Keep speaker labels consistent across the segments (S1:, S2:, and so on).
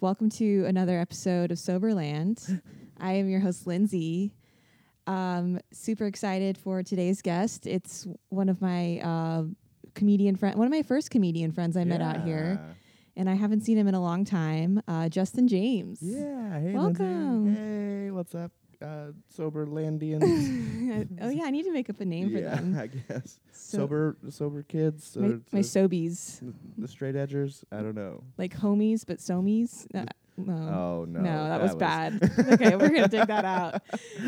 S1: Welcome to another episode of Soberland. I am your host, Lindsay. Um, super excited for today's guest. It's one of my uh, comedian friend, one of my first comedian friends I met out here, and I haven't seen him in a long time. Uh, Justin James.
S2: Yeah. Hey,
S1: Welcome.
S2: Lindsay. Hey, what's up, uh, sober Landians?
S1: oh yeah, I need to make up a name for
S2: yeah,
S1: them.
S2: I guess
S1: So-
S2: sober, sober kids,
S1: my,
S2: or
S1: my
S2: so-
S1: sobies,
S2: the straight edgers. I don't know.
S1: like homies, but somies. Uh, no.
S2: Oh no,
S1: No, that, was, bad. okay, we're gonna take that out.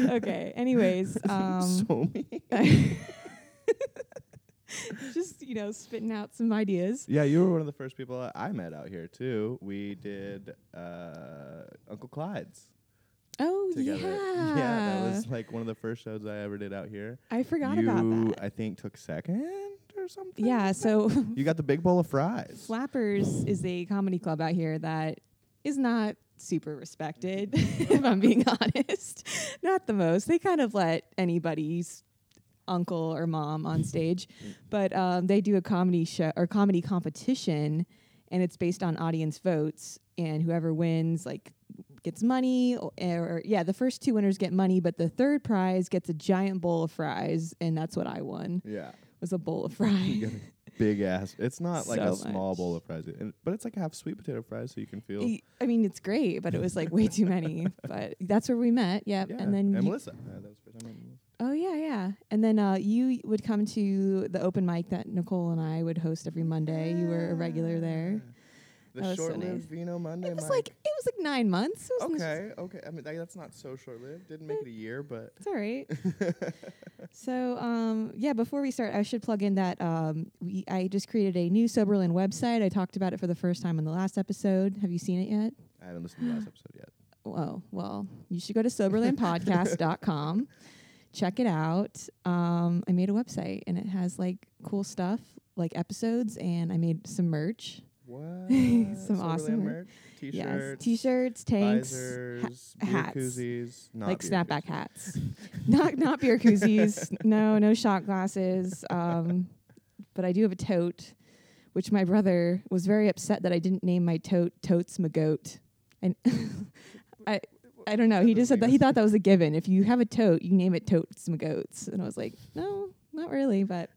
S1: Okay. Anyways, um,
S2: so mean.
S1: just you know spitting out some ideas
S2: Yeah, you were one of the first people I- I met out here too. We did uh, Uncle Clyde's
S1: oh
S2: together.
S1: yeah
S2: yeah, that was like one of the first shows I ever did out here.
S1: i forgot
S2: you,
S1: about that
S2: I think, took second or something.
S1: yeah so
S2: You got the big bowl of fries.
S1: flappers is a comedy club out here that is not super respected if i'm being honest not the most they kind of let anybody's uncle or mom on stage but um, they do a comedy show or comedy competition and it's based on audience votes and whoever wins like gets money or, or yeah the first two winners get money but the third prize gets a giant bowl of fries and that's what i won
S2: Yeah.
S1: was a bowl of fries
S2: You got a big ass. It's not like a
S1: So
S2: small
S1: much.
S2: bowl of fries, and, but it's like half sweet potato fries, so you can feel.
S1: Y- I mean, it's great, but it was like way too many. But that's where we met. Yep.
S2: Yeah.
S1: And then, you,
S2: Melissa. Uh, that was the first time I met Melissa.
S1: oh yeah, yeah. And then uh, you would come to the open mic that Nicole and I would host every Monday. You were a regular there.
S2: The
S1: That was so
S2: short-lived
S1: nice.
S2: Vino Monday.
S1: It was
S2: mic.
S1: like it was like nine months. It was
S2: okay, okay. I mean, that, that's not so short-lived. Didn't make it a year, but
S1: It's all right. so um, yeah, before we start, I should plug in that um, we I just created a new Soberlin website. I talked about it for the first time in the last episode. Have you seen it yet?
S2: I haven't listened to the last episode yet.
S1: Oh, well, you should go to soberlandpodcast.com. Check it out. Um, I made a website and it has like cool stuff, like episodes, and I made some merch.
S2: What?
S1: Some
S2: Soberland
S1: awesome-
S2: merch,
S1: Yes, t-shirts,
S2: t-shirts,
S1: tanks,
S2: visors,
S1: ha-
S2: beer
S1: hats.
S2: koozies, not
S1: like
S2: beer
S1: snapback
S2: koozies.
S1: hats, not not beer koozies. no, no shot glasses. Um, but I do have a tote, which my brother was very upset that I didn't name my tote totes McGoat. And I I don't know.
S2: That
S1: He just
S2: doesn't
S1: said that
S2: make
S1: he thought that was a given. If you have a tote, you name it totes McGoats. And I was like, no, not really. But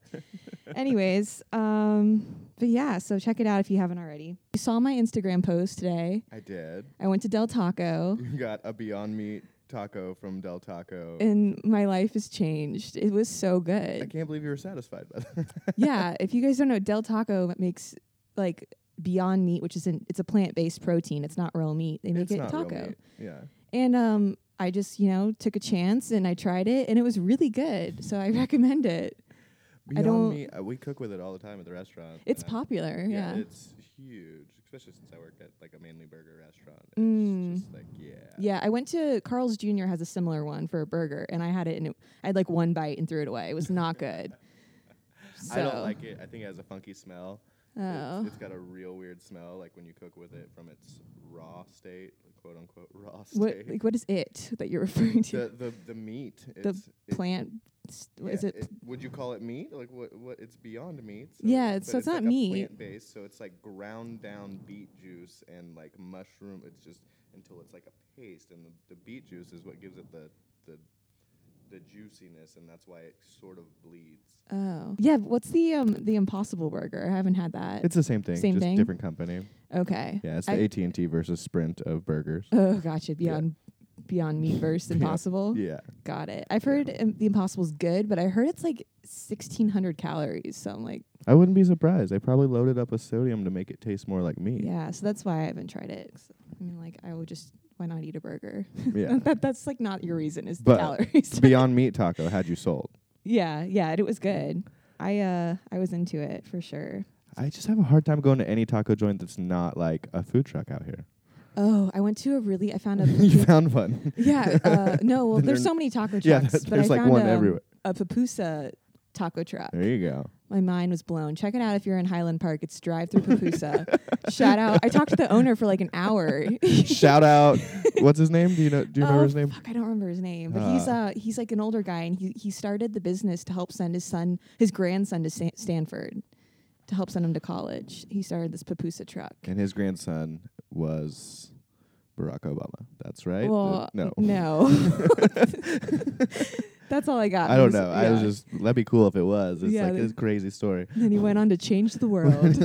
S1: anyways, um, but yeah. So check it out if you haven't already. You saw my Instagram post today.
S2: I did.
S1: I went to Del Taco.
S2: You got a Beyond Meat taco from Del Taco.
S1: and my life has changed. It was so
S2: I
S1: good.
S2: can't believe you were satisfied by that.
S1: yeah, if you guys don't know, Del Taco makes like Beyond Meat, which is an it's a plant based protein. It's not real meat. They make
S2: it's
S1: it
S2: not real
S1: taco.
S2: meat. Yeah.
S1: And um, I just you know took a chance and I tried it and it was really good. So I recommend it.
S2: Beyond
S1: don't-
S2: Meat, uh, we cook with it all the time at the restaurant.
S1: It's
S2: and I-
S1: popular. Yeah. Yeah.
S2: It's huge, especially since I work at like a mainly burger restaurant. It's
S1: Mm.
S2: just like, yeah.
S1: I went to Carl's Jr. has a similar one for a burger, and I had it, and it, I had like one bite and threw it away. It was not good. so,
S2: I don't like it. I think it has a funky smell. It's-
S1: Oh,
S2: it's got a real weird smell, like when you cook with it from its raw state, quote unquote raw state.
S1: what like what is it that you're referring to?
S2: the, the the meat. It's, it-
S1: plant s-
S2: yeah,
S1: is it,
S2: Would you call it meat? Like what? What? It's beyond meat. So
S1: Yeah, it's-
S2: but
S1: so it's not meat.
S2: Plant based, so it's like ground down beet juice and like mushroom. It's just until it's like a paste, and the, the beet juice is what gives it the the the juiciness, and that's why it sort of bleeds.
S1: oh yeah what's the um the impossible burger i haven't had that
S2: the same thing.
S1: Same just thing? different
S2: company.
S1: okay I-
S2: AT and T versus Sprint of burgers.
S1: oh gotcha beyond beyond meat versus
S2: Yeah.
S1: impossible
S2: Yeah.
S1: got it i've heard um, the impossible is good but i heard it's like 1600 calories so i'm like
S2: I wouldn't be surprised. They probably loaded up with sodium to make it taste more like meat.
S1: yeah so that's why i haven't tried it 'Cause, i mean like i would just why not eat a burger
S2: Yeah.
S1: that, that's like not your reason is the
S2: But
S1: calories
S2: Beyond Meat taco had you sold.
S1: yeah yeah and it was good i uh i was into it for sure
S2: I just have a hard time going to any taco joint that's not like a food truck out here.
S1: oh i went to a really i found a
S2: you found one.
S1: Yeah. Uh, no. Well,
S2: Then
S1: there's
S2: they're-
S1: so many taco trucks.
S2: Yeah, that's-
S1: but
S2: there's
S1: I
S2: like
S1: found
S2: one
S1: um,
S2: everywhere.
S1: A pupusa taco truck.
S2: There you go.
S1: My mind was blown. Check it out if you're in Highland Park. It's drive through pupusa. Shout out. I talked to the owner for like an hour.
S2: Shout out. What's his name? Do you know? Do you remember
S1: Oh,
S2: his name?
S1: Fuck, I don't remember his name, but he's uh he's like an older guy, and he he started the business to help send his son, his grandson, to Sa- Stanford, to help send him to college. He started this pupusa truck.
S2: And his grandson was Barack Obama. That's right.
S1: Well,
S2: no.
S1: no. That's all I got.
S2: I don't
S1: It
S2: know. I was
S1: yeah.
S2: just that'd be cool if it was. It's
S1: Yeah,
S2: like
S1: they-
S2: this crazy story.
S1: Then he went on to change the world,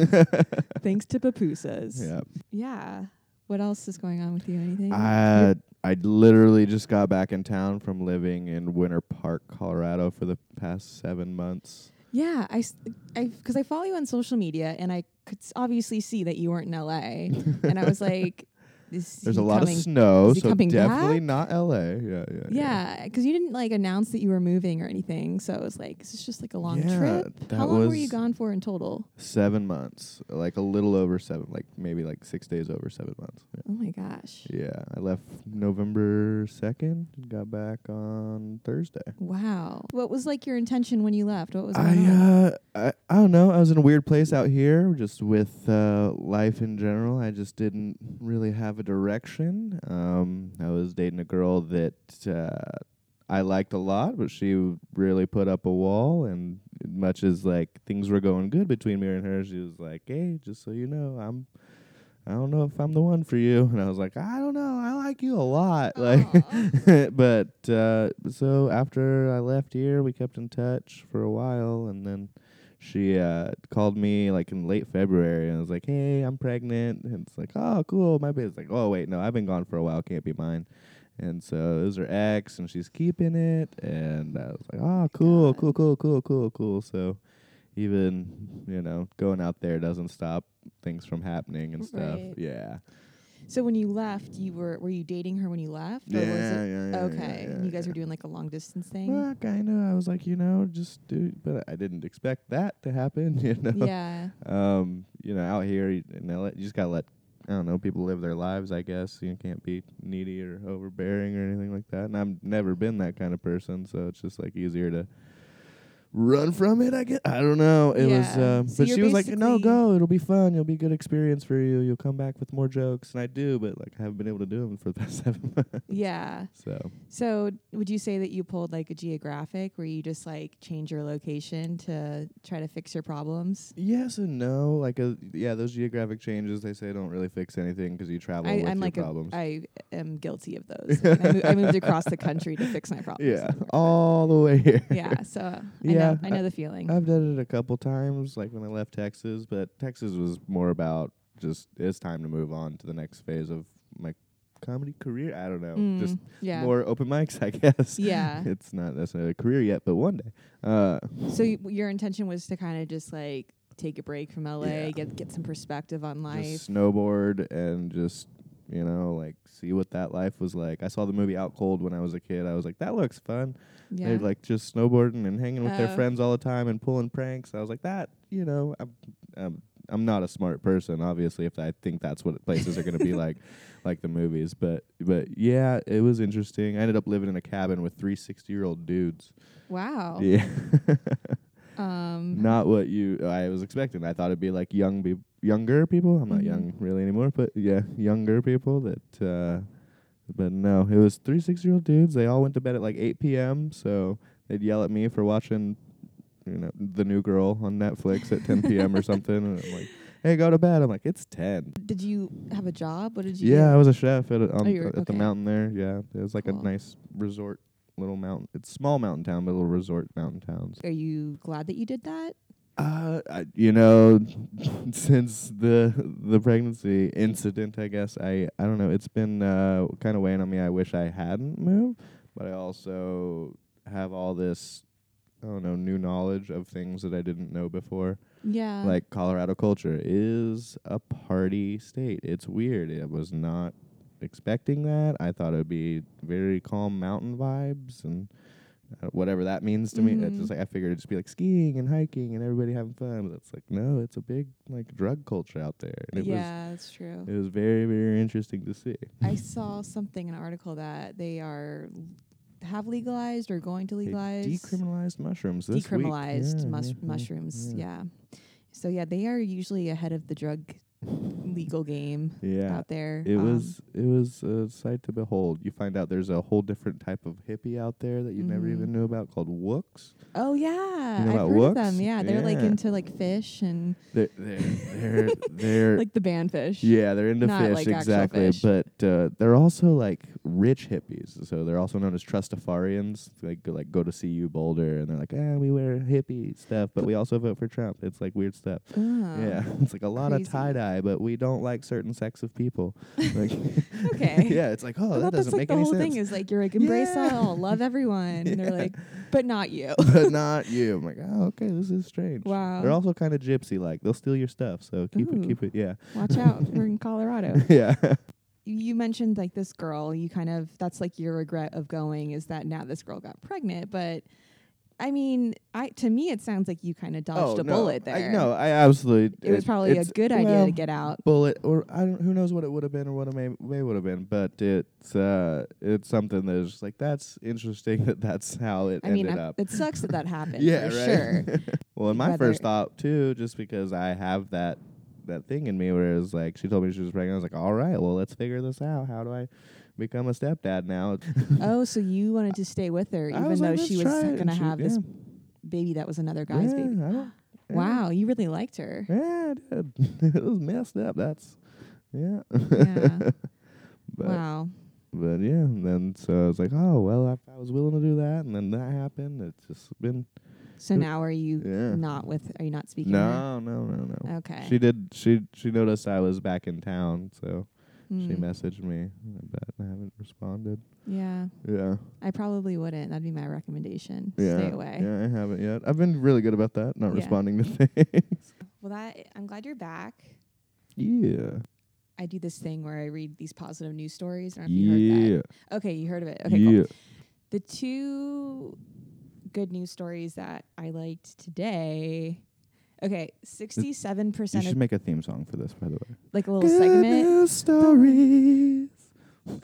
S1: thanks to pupusas.
S2: Yeah.
S1: Yeah. What else is going on with you? Anything?
S2: I I literally just got back in town from living in Winter Park, Colorado for the past seven months.
S1: yeah, I, s- I, because I follow you on social media, and I could s- obviously see that you weren't in L.A. and I was like, is
S2: There's
S1: he
S2: a lot
S1: coming?
S2: of snow,
S1: is he
S2: so
S1: coming
S2: definitely not LA. Yeah, yeah.
S1: Yeah, because you didn't like announce that you were moving or anything, so it was like, is this just like a long
S2: Yeah,
S1: trip? How
S2: that
S1: long were
S2: was-
S1: you gone for in total?
S2: Seven months. Like a little over seven, like maybe like six days over seven months. Yeah.
S1: Oh my gosh!
S2: Yeah, I left November 2nd and got back on Thursday.
S1: Wow. What was like your intention when you left? What was
S2: I,
S1: going on?
S2: uh, I I don't know. I was in a weird place out here, just with uh, life in general. I just didn't really have a direction. Um, I was dating a girl that uh, I liked a lot, but she really put up a wall. And much as like things were going good between me and her, she was like, "Hey, just so you know, I'm." I don't know if I'm the one for you, and I was like, I don't know. I like you a lot, like.
S1: Aw.
S2: but uh, so after I left here, we kept in touch for a while, and then she uh, called me like in late February, and I was like, "Hey, I'm pregnant." And it's like, "Oh, cool." My baby's like, "Oh, wait, no, I've been gone for a while. Can't be mine." And so it was her ex, and she's keeping it, and I was like, "Oh, cool,
S1: God.
S2: cool, cool, cool, cool, cool." So even you know going out there doesn't stop things from happening and stuff.
S1: Right.
S2: Yeah.
S1: so when you left, you were were you dating her when you left? or was it-
S2: yeah,
S1: Okay.
S2: yeah,
S1: and you guys
S2: yeah.
S1: were doing like a long distance thing?
S2: Well, kind of. I was like, you know, just do. But I didn't expect that to happen. You know.
S1: yeah.
S2: Um. You know, out here you- in LA, you just gotta let. I don't know. People live their lives. I guess you can't be needy or overbearing or anything like that. And I've never been that kind of person, so it's just like easier to run from it. I guess I don't know. It was.
S1: Yeah.
S2: Um,
S1: So
S2: but
S1: you're
S2: she was like, "No,
S1: basically-
S2: go. It'll be fun. It'll be a good experience for you. You'll come back with more jokes." And I do, but like I haven't been able to do them for the past seven months.
S1: Yeah.
S2: So
S1: So would you say that you pulled like a geographic where you just like change your location to try to fix your problems?
S2: Yes and no. Like, uh yeah, those geographic changes they say don't really fix anything 'cause you travel
S1: I,
S2: with
S1: I'm
S2: your
S1: like a,
S2: problems.
S1: I am guilty of those. I, mean, I, mo- I moved across the country to fix my problems.
S2: yeah, all the way here.
S1: Yeah. So I
S2: Yeah,
S1: know I
S2: I-
S1: know the feeling.
S2: I've done it a couple times, like when I left Texas, but Texas was more about just it's time to move on to the next phase of my comedy career. I don't know,
S1: Mm,
S2: just
S1: yeah.
S2: more open mics, I guess.
S1: Yeah.
S2: it's not necessarily a career yet, but one day. Uh,
S1: So y- your intention was to kind of just like take a break from LA,
S2: Yeah.
S1: get get some perspective on life.
S2: Just snowboard and just you know like see what that life was like. I saw the movie Out Cold when I was a kid. I was like, that looks fun.
S1: yeah.
S2: They're like just snowboarding and hanging with
S1: Oh.
S2: their friends all the time and pulling pranks. I was like, that you know, I'm I'm, I'm not a smart person, obviously, if I think that's what places are going to be like, like the movies. But but yeah, it was interesting. I ended up living in a cabin with three 60 year old dudes.
S1: wow.
S2: Yeah.
S1: Um
S2: not what you I was expecting. I thought it'd be like young be- younger people. I'm not
S1: Mhm.
S2: young really anymore, but yeah, younger people that uh but no, it was three six year old dudes. They all went to bed at like eight PM, so they'd yell at me for watching you know, the new girl on Netflix at ten PM or something and I'm like, Hey, go to bed. I'm like, It's ten.
S1: Did you have a job? What did you Oh,
S2: Yeah, I was a chef at a, on,
S1: you were-
S2: at the
S1: okay.
S2: mountain there. Yeah. It was like
S1: Cool.
S2: a nice resort little mountain it's small mountain town, but a little resort mountain town.
S1: do? Are you glad that you did that?
S2: Uh, I, you know, since the the pregnancy incident, I guess I I don't know. It's been uh, kind of weighing on me. I wish I hadn't moved, but I also have all this I don't know new knowledge of things that I didn't know before.
S1: Yeah.
S2: like Colorado culture is a party state. It's weird. I was not expecting that. I thought it would be very calm mountain vibes and uh, whatever that means to me. It's
S1: Mhm.
S2: just like I figured it'd just be like skiing and hiking and everybody having fun. But it's like no, it's a big like drug culture out there. And it
S1: yeah, that's true.
S2: was it was very very interesting to see.
S1: I saw something in an article that they are have legalized or going to
S2: They
S1: legalize
S2: decriminalized mushrooms. This week.
S1: decriminalized
S2: Yeah,
S1: mus-
S2: yeah, yeah,
S1: mushrooms.
S2: yeah.
S1: Yeah. So yeah, they are usually ahead of the drug legal game
S2: Yeah.
S1: out there.
S2: It
S1: Um,
S2: was it was a sight to behold. You find out there's a whole different type of hippie out there that you never
S1: Mhm.
S2: even knew about called wooks.
S1: Oh yeah,
S2: You know
S1: I've
S2: about
S1: heard of them.
S2: Wooks?
S1: Yeah, they're like
S2: Yeah.
S1: into like fish and
S2: They're they're they're, they're
S1: like the band fish.
S2: Er yeah they're into
S1: not
S2: fish
S1: like actual
S2: exactly,
S1: fish.
S2: but uh, they're also like rich hippies. So they're also known as trustafarians. Like go, like go to see you Boulder, and they're like, ah, we wear hippie stuff, but we also vote for Trump. It's like weird stuff.
S1: Oh.
S2: yeah, it's like a lot
S1: crazy.
S2: of tie dye, but we don't like certain sects of people. Like,
S1: Okay.
S2: yeah, it's like oh,
S1: I
S2: that
S1: thought that's
S2: doesn't
S1: like
S2: make
S1: the
S2: any
S1: whole
S2: sense.
S1: thing is like you're like embrace
S2: Yeah.
S1: all, love everyone, and they're
S2: Yeah.
S1: like, but not you.
S2: but not you. I'm like, oh, okay, this is strange.
S1: Wow.
S2: They're also kind of gypsy like. They'll steal your stuff, so keep
S1: Ooh.
S2: it, keep it. Yeah,
S1: Watch out, we're in Colorado.
S2: yeah.
S1: You mentioned like this girl. You kind of that's like your regret of going is that now this girl got pregnant, but. I mean, I to me it sounds like you kind of dodged a
S2: Oh, no,
S1: bullet there.
S2: I, no, I absolutely.
S1: it was probably a
S2: it's-
S1: good idea
S2: well,
S1: to get out.
S2: Bullet, or I don't. Who knows what it would have been, or what it may, may would have been. But it's uh, it's something that is just like that's interesting that that's how it
S1: I
S2: ended
S1: mean, I-
S2: up.
S1: it sucks that that happened.
S2: yeah,
S1: for
S2: right.
S1: sure.
S2: well, and my
S1: Whether-
S2: first thought too, just because I have that that thing in me, where it's like she told me she was pregnant. I was like, all right, well, let's figure this out. How do I become a stepdad now?
S1: Oh, so you wanted to stay with her,
S2: I
S1: even
S2: was
S1: though
S2: like,
S1: she was
S2: "Let's try it,"
S1: going
S2: and
S1: to
S2: she-
S1: have this
S2: yeah.
S1: baby that was another guy's
S2: yeah,
S1: baby.
S2: I don't- yeah.
S1: Wow, you really liked her.
S2: Yeah, I did. it was messed up. That's yeah.
S1: Yeah.
S2: but
S1: wow.
S2: but yeah, and then so I was like, oh well, I, I was willing to do that, and then that happened. It's just been
S1: So now are you
S2: yeah.
S1: not with? Are you not speaking? to her?
S2: no, no, no, no.
S1: Okay.
S2: She did. She she noticed I was back in town, so she
S1: Hmm.
S2: messaged me, but I haven't responded.
S1: Yeah,
S2: Yeah,
S1: I probably wouldn't. That'd be my recommendation.
S2: yeah,
S1: Stay away.
S2: Yeah, I haven't yet. I've been really good about that, not
S1: Yeah.
S2: responding to things.
S1: Well, that I'm glad you're back.
S2: yeah,
S1: I do this thing where I read these positive news stories. I don't know if you
S2: yeah,
S1: heard that. Okay, you heard of it. Okay, cool.
S2: yeah.
S1: the two good news stories that I liked today. Okay, sixty-seven
S2: You
S1: percent
S2: should
S1: of
S2: make a theme song for this, by the way.
S1: like a little segment.
S2: Goodness stories.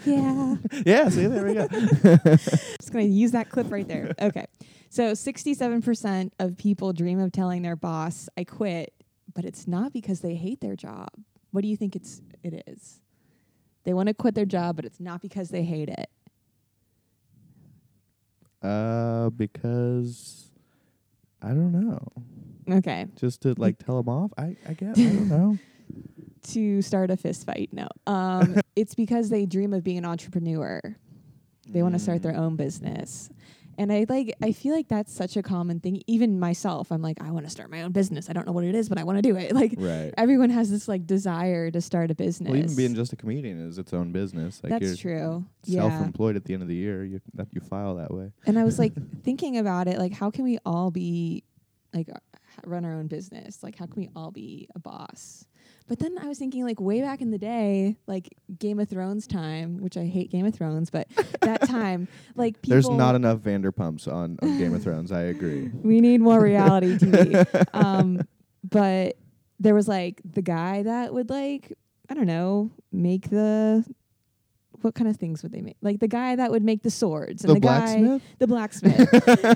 S1: Yeah,
S2: Yeah, see, there we go.
S1: just gonna use that clip right there. Okay, so sixty-seven percent of people dream of telling their boss, "I quit," but it's not because they hate their job. What do you think it's it is? They want to quit their job, but it's not because they hate it.
S2: uh, because I don't know.
S1: Okay,
S2: Just to like tell him off. I I guess I don't know.
S1: to start a fist fight. No, um, it's because they dream of being an entrepreneur. they want to start their own business and i like i feel like that's such a common thing even myself i'm like i want to start my own business i don't know what it is but i want to do it like
S2: Mm. Right.
S1: everyone has this like desire to start a business
S2: Well, even being just a comedian is its own business. Like
S1: that's
S2: you're
S1: true yeah
S2: self-employed at the end of the year. You that you file that way.
S1: and i was like thinking about it like how can we all be like uh, run our own business like how can we all be a boss but then i was thinking like way back in the day like game of thrones time which i hate game of thrones but that time like people
S2: There's not enough Vanderpumps on, on Game of Thrones. I agree.
S1: We need more reality TV. um, but there was like the guy that would like I don't know make the what kind of things would they make? Like the guy that would make the swords and
S2: the
S1: the, guy
S2: blacksmith.
S1: the blacksmith.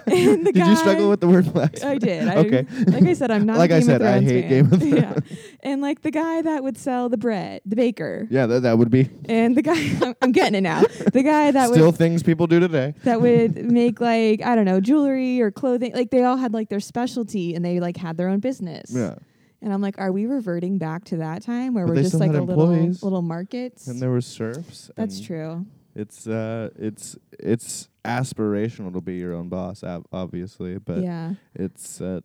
S1: and the
S2: did you struggle
S1: guy-
S2: with the word blacksmith?
S1: I did. I,
S2: Okay.
S1: Like I said, I'm not. a
S2: Like I
S1: Game
S2: said,
S1: of
S2: I
S1: Thrones fan.
S2: hate Game of
S1: Yeah. And like the guy that would sell the bread, the baker,
S2: Yeah, that that would be
S1: and the guy I'm, I'm getting it now. The guy that
S2: still
S1: would
S2: things people do today.
S1: that would make like I don't know jewelry or clothing. Like they all had like their specialty and they like had their own business.
S2: Yeah.
S1: And I'm like, are we reverting back to that time where
S2: But
S1: we're
S2: they
S1: just
S2: still
S1: like
S2: had
S1: a little
S2: employees.
S1: little markets?
S2: And there were serfs.
S1: That's
S2: and
S1: true.
S2: It's uh, it's it's aspirational to be your own boss, ob- obviously, but
S1: yeah.
S2: it's uh,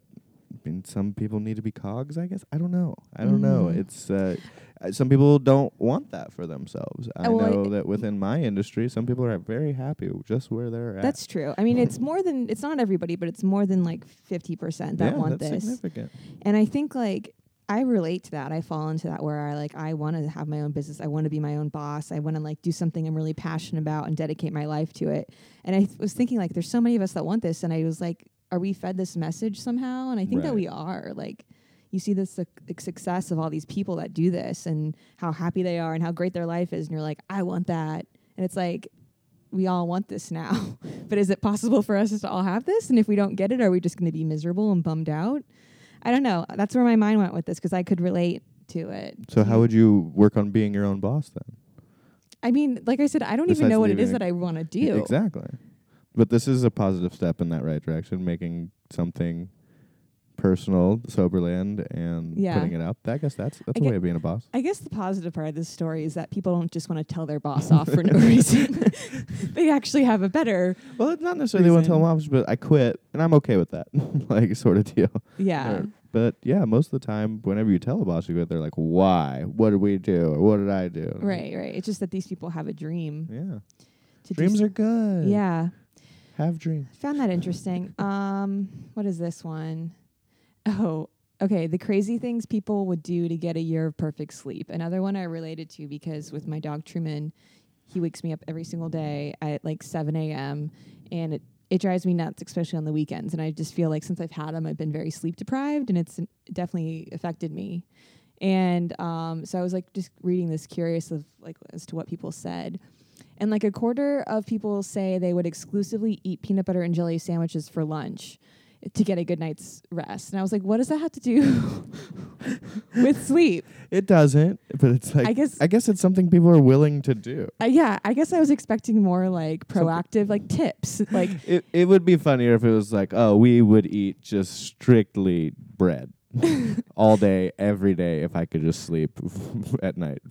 S2: I mean, some people need to be cogs. I guess I don't know. I don't know.
S1: Mhm.
S2: It's uh, uh, some people don't want that for themselves. I
S1: well,
S2: know that within my industry, some people are very happy just where they're at.
S1: That's true. I mean,
S2: Mm.
S1: it's more than it's not everybody, but it's more than like 50% that
S2: yeah,
S1: want
S2: that's
S1: this.
S2: significant.
S1: And I think like I relate to that. I fall into that where I like I want to have my own business. I want to be my own boss. I want to like do something I'm really passionate about and dedicate my life to it. And I th- was thinking like there's so many of us that want this and I was like are we fed this message somehow? And I think that
S2: Right.
S1: we are. Like you see the suc like, success of all these people that do this and how happy they are and how great their life is and you're like I want that. And it's like we all want this now. but is it possible for us to all have this? And if we don't get it, are we just going to be miserable and bummed out? I don't know. That's where my mind went with this because I could relate to it.
S2: So how would you work on being your own boss then?
S1: I mean, like I said, I don't even
S2: Besides
S1: know what it
S2: leaving
S1: is
S2: a-
S1: that I want to do.
S2: Exactly. But this is a positive step in that right direction, making something personal, Soberland, and
S1: Yeah.
S2: putting it up. I guess that's that's
S1: I
S2: a
S1: get-
S2: way of being a boss.
S1: I guess the positive part of this story is that people don't just want to tell their boss off for no reason. they actually have a better,
S2: Well, it's not necessarily they want to tell them
S1: Reason.
S2: off, but I quit, and I'm okay with that, like sort of deal.
S1: yeah.
S2: Or- but yeah, most of the time, whenever you tell a boss you quit, they're like, "Why? What did we do? Or what did I do?" And I'm like,
S1: Right, right. It's just that these people have a dream.
S2: Yeah.
S1: To do s-
S2: Dreams are good.
S1: Yeah.
S2: Have dreams.
S1: Found that interesting. Um, what is this one? Oh, okay. The crazy things people would do to get a year of perfect sleep. Another one I related to because with my dog Truman, he wakes me up every single day at like 7 a.m. and it it drives me nuts, especially on the weekends. And I just feel like since I've had him, I've been very sleep deprived, and it's definitely affected me. And um, so I was like just reading this, curious of like as to what people said. And like a quarter of people say they would exclusively eat peanut butter and jelly sandwiches for lunch to get a good night's rest. And I was like, what does that have to do with sleep?
S2: It doesn't, but it's like
S1: I guess-
S2: I guess it's something people are willing to do.
S1: Uh, yeah, I guess I was expecting more like proactive, like tips. Like,
S2: It it would be funnier if it was like, oh, we would eat just strictly bread all day, every day, if I could just sleep at night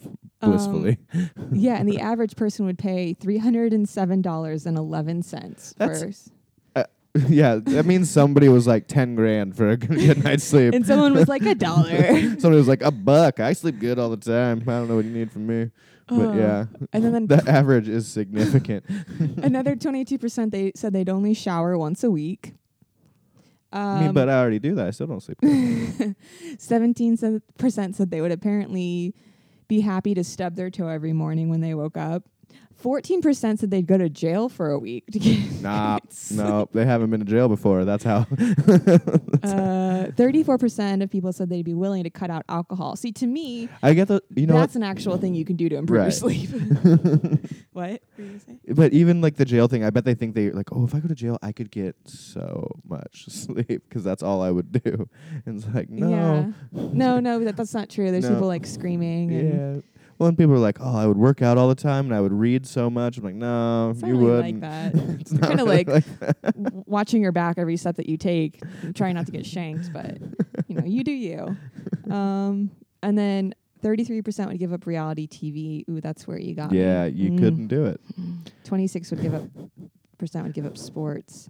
S2: blissfully.
S1: um, yeah, and the average person would pay $307.11
S2: That's-
S1: for. Um,
S2: Uh, yeah, that means somebody was like ten grand for a good, good night's sleep.
S1: And someone was like, a dollar.
S2: Somebody was like, a buck. I sleep good all the time. I don't know what you need from me, but
S1: Oh.
S2: yeah,
S1: And then,
S2: the average is significant.
S1: another 22% they said they'd only shower once a week. Um,
S2: I mean, but I already do that. I still don't sleep. Good.
S1: Seventeen se- percent said they would apparently be happy to stub their toe every morning when they woke up. Fourteen percent said they'd go to jail for a week to get.
S2: Nah,
S1: It's-
S2: no, they haven't been to jail before. That's how.
S1: Uh, Thirty-four percent of people said they'd be willing to cut out alcohol. See, to me,
S2: I get the you know.
S1: that's an actual thing you can do to improve your
S2: Right.
S1: sleep. what? were you gonna say?
S2: But even like the jail thing, I bet they think they like, oh, if I go to jail, I could get so much sleep because that's all I would do. And it's like, no,
S1: Yeah. No, no, that, that's not true. There's
S2: No.
S1: people like
S2: yeah.
S1: screaming. And
S2: Well, and people are like, oh, I would work out all the time and I would read so much. I'm like, no,
S1: It's not
S2: you
S1: really
S2: wouldn't.
S1: like that. it's kind of like, w- watching your back every step that you take, trying not to get shanked, but you know, you do you. Um, and then 33% would give up reality TV. Ooh, that's where you got me.
S2: yeah, you
S1: Mm.
S2: couldn't do it.
S1: 26 would give up percent would give up sports.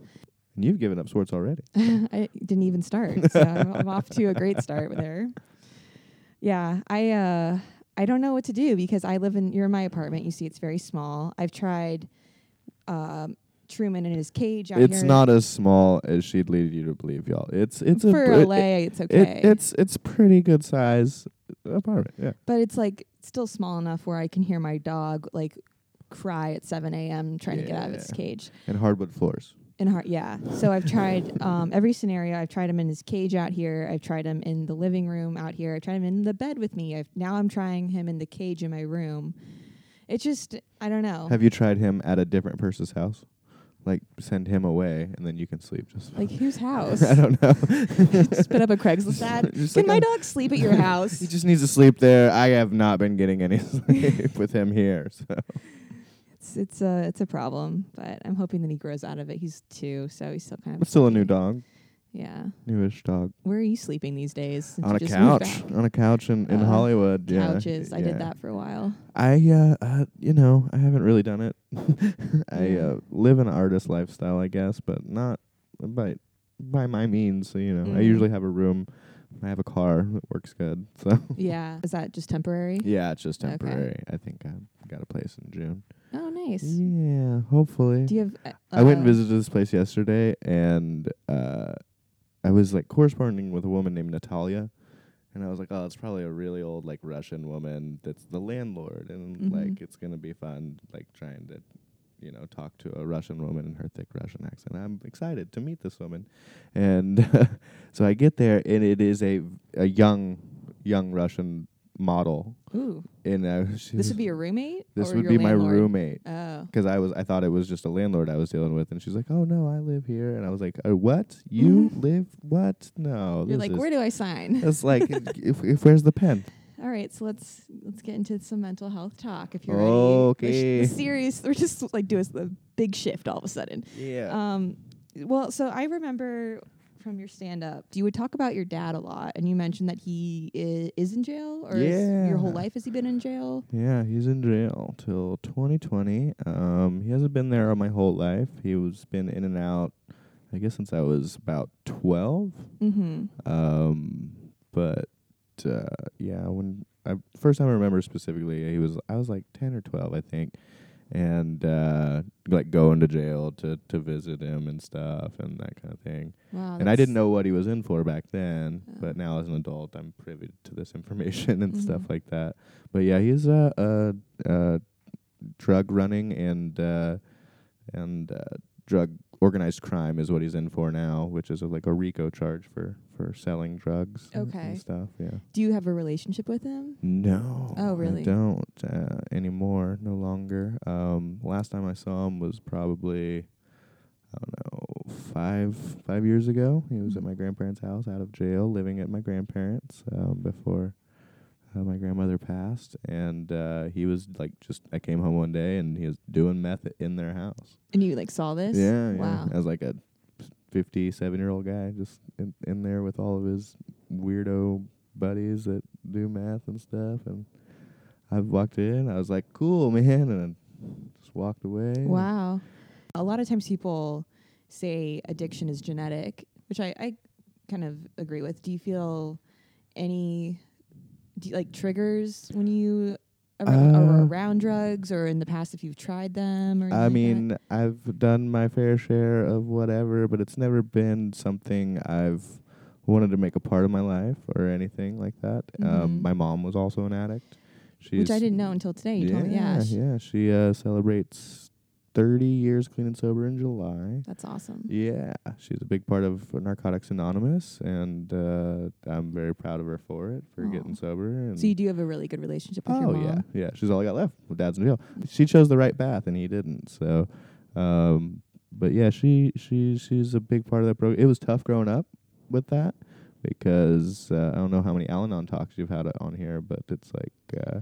S2: And you've given up sports already.
S1: I didn't even start, so I'm, I'm off to a great start there. Yeah, I uh, I don't know what to do because I live in you're in my apartment. You see, it's very small. I've tried um, Truman in his cage out
S2: it's
S1: here.
S2: not as small as she'd lead you to believe, y'all. It's it's a
S1: for
S2: it-
S1: LA. it's
S2: it-
S1: okay.
S2: it's it's pretty good size apartment. Yeah.
S1: but it's like still small enough where I can hear my dog like cry at 7 a.m. trying to get out of its
S2: Yeah.
S1: cage.
S2: And hardwood floors.
S1: In heart, yeah. So I've tried um, every scenario. I've tried him in his cage out here. I've tried him in the living room out here. I've tried him in the bed with me. I've now I'm trying him in the cage in my room. It's just I don't know.
S2: Have you tried him at a different person's house? Like send him away and then you can sleep just
S1: like whose house?
S2: I don't know.
S1: just put up a Craigslist ad.
S2: Just
S1: Can
S2: like
S1: my
S2: a-
S1: dog sleep at your house?
S2: he just needs to sleep there. I have not been getting any sleep with him here. So
S1: it's it's a it's a problem, but I'm hoping that he grows out of it. He's two, so he's still kind
S2: but
S1: of
S2: still a new
S1: sleepy.
S2: dog.
S1: Yeah.
S2: Newish dog.
S1: Where are you sleeping these days? Since
S2: On
S1: you
S2: a
S1: just moved
S2: couch.
S1: back?
S2: On a couch in, in
S1: Uh,
S2: Hollywood. Yeah.
S1: Couches. I
S2: Yeah.
S1: did that for a while.
S2: I uh, uh you know, I haven't really done it. I
S1: Yeah.
S2: uh, live an artist lifestyle, I guess, but not by by my means, so, you know. I
S1: Mhm.
S2: usually have a room. I have a car that works good. So
S1: Yeah. Is that just temporary?
S2: Yeah, it's just
S1: Okay.
S2: temporary. I think I got a place in June.
S1: Oh, nice.
S2: Yeah, hopefully.
S1: Do you have? Uh,
S2: I went and visited this place yesterday, and uh, I was like corresponding with a woman named Natalia, and I was like, "Oh, it's probably a really old like Russian woman that's the landlord, and
S1: Mhm.
S2: like it's gonna be fun like trying to, you know, talk to a Russian woman in her thick Russian accent. I'm excited to meet this woman, and so I get there, and it is a a young young Russian model,
S1: Ooh,
S2: and uh, she
S1: this
S2: was-
S1: would be a roommate.
S2: this
S1: or
S2: would
S1: your
S2: be my
S1: landlord?
S2: roommate
S1: Oh.
S2: because I was I thought it was just a landlord I was dealing with, and she's like, "Oh no, I live here," and I was like, "Uh, "What? You live? What? No,
S1: Mm-hmm. You're
S2: this
S1: like,
S2: is-
S1: where do I sign?
S2: It's like, if, if where's the pen?
S1: All right, so let's let's get into some mental health talk if you're ready. We're
S2: Okay.
S1: sh- serious. We're just like doing a big shift all of a sudden.
S2: Yeah.
S1: Um, well, so I remember from your stand up, you would talk about your dad a lot, and you mentioned that he i- is in jail, or is your whole
S2: Yeah.
S1: life has he been in jail?
S2: Yeah, he's in jail till 2020. Um, he hasn't been there my whole life. He was been in and out, I guess, since I was about 12.
S1: Mm-hmm.
S2: Um, but uh, yeah, when I first time I remember specifically, he was I was like 10 or 12, I think, and uh, like going to jail to to visit him and stuff and that kind of thing.
S1: Wow.
S2: and I didn't
S1: Oh, that's-
S2: know what he was in for back then,
S1: Oh.
S2: but now as an adult, I'm privy to this information and stuff
S1: Mhm.
S2: like that. But yeah, he's a uh, uh, uh, drug running and uh, and uh, drug organized crime is what he's in for now, which is a, like a RICO charge for for selling drugs and-
S1: Okay.
S2: and stuff. Yeah.
S1: Do you have a relationship with him?
S2: No.
S1: Oh, really?
S2: I don't uh, anymore. No longer. Um, last time I saw him was probably, I don't know, five five years ago. He was at
S1: Mhm.
S2: my grandparents' house, out of jail, living at my grandparents' um, before uh, my grandmother passed. And uh, he was like, just I came home one day and he was doing meth in their house.
S1: And you like saw this?
S2: Yeah,
S1: Wow.
S2: yeah. As like a fifty-seven-year-old guy, just in, in there with all of his weirdo buddies that do math and stuff. And I walked in, I was like, "Cool, man," and I just walked away.
S1: Wow. A lot of times people say addiction is genetic, which I, I kind of agree with. Do you feel any do you, like triggers when you are, are
S2: Uh,
S1: around drugs or in the past if you've tried them or anything like
S2: I
S1: that?
S2: mean, I've done my fair share of whatever, but it's never been something I've wanted to make a part of my life or anything like that.
S1: Mhm.
S2: Um, my mom was also an addict. She's
S1: which I didn't know until today. You
S2: yeah,
S1: told me, yeah, sh-
S2: yeah. She uh, celebrates 30 years clean and sober in July.
S1: that's awesome.
S2: Yeah, she's a big part of Narcotics Anonymous, and uh, I'm very proud of her for it for
S1: Aw.
S2: getting sober. And
S1: So you do have a really good relationship with your
S2: oh
S1: mom.
S2: yeah, yeah. She's all I got left. My dad's in jail. She chose the right path, and he didn't. So, um, but yeah, she she she's a big part of that program. It was tough growing up with that because uh, I don't know how many Al-Anon talks you've had on here, but it's like. Uh,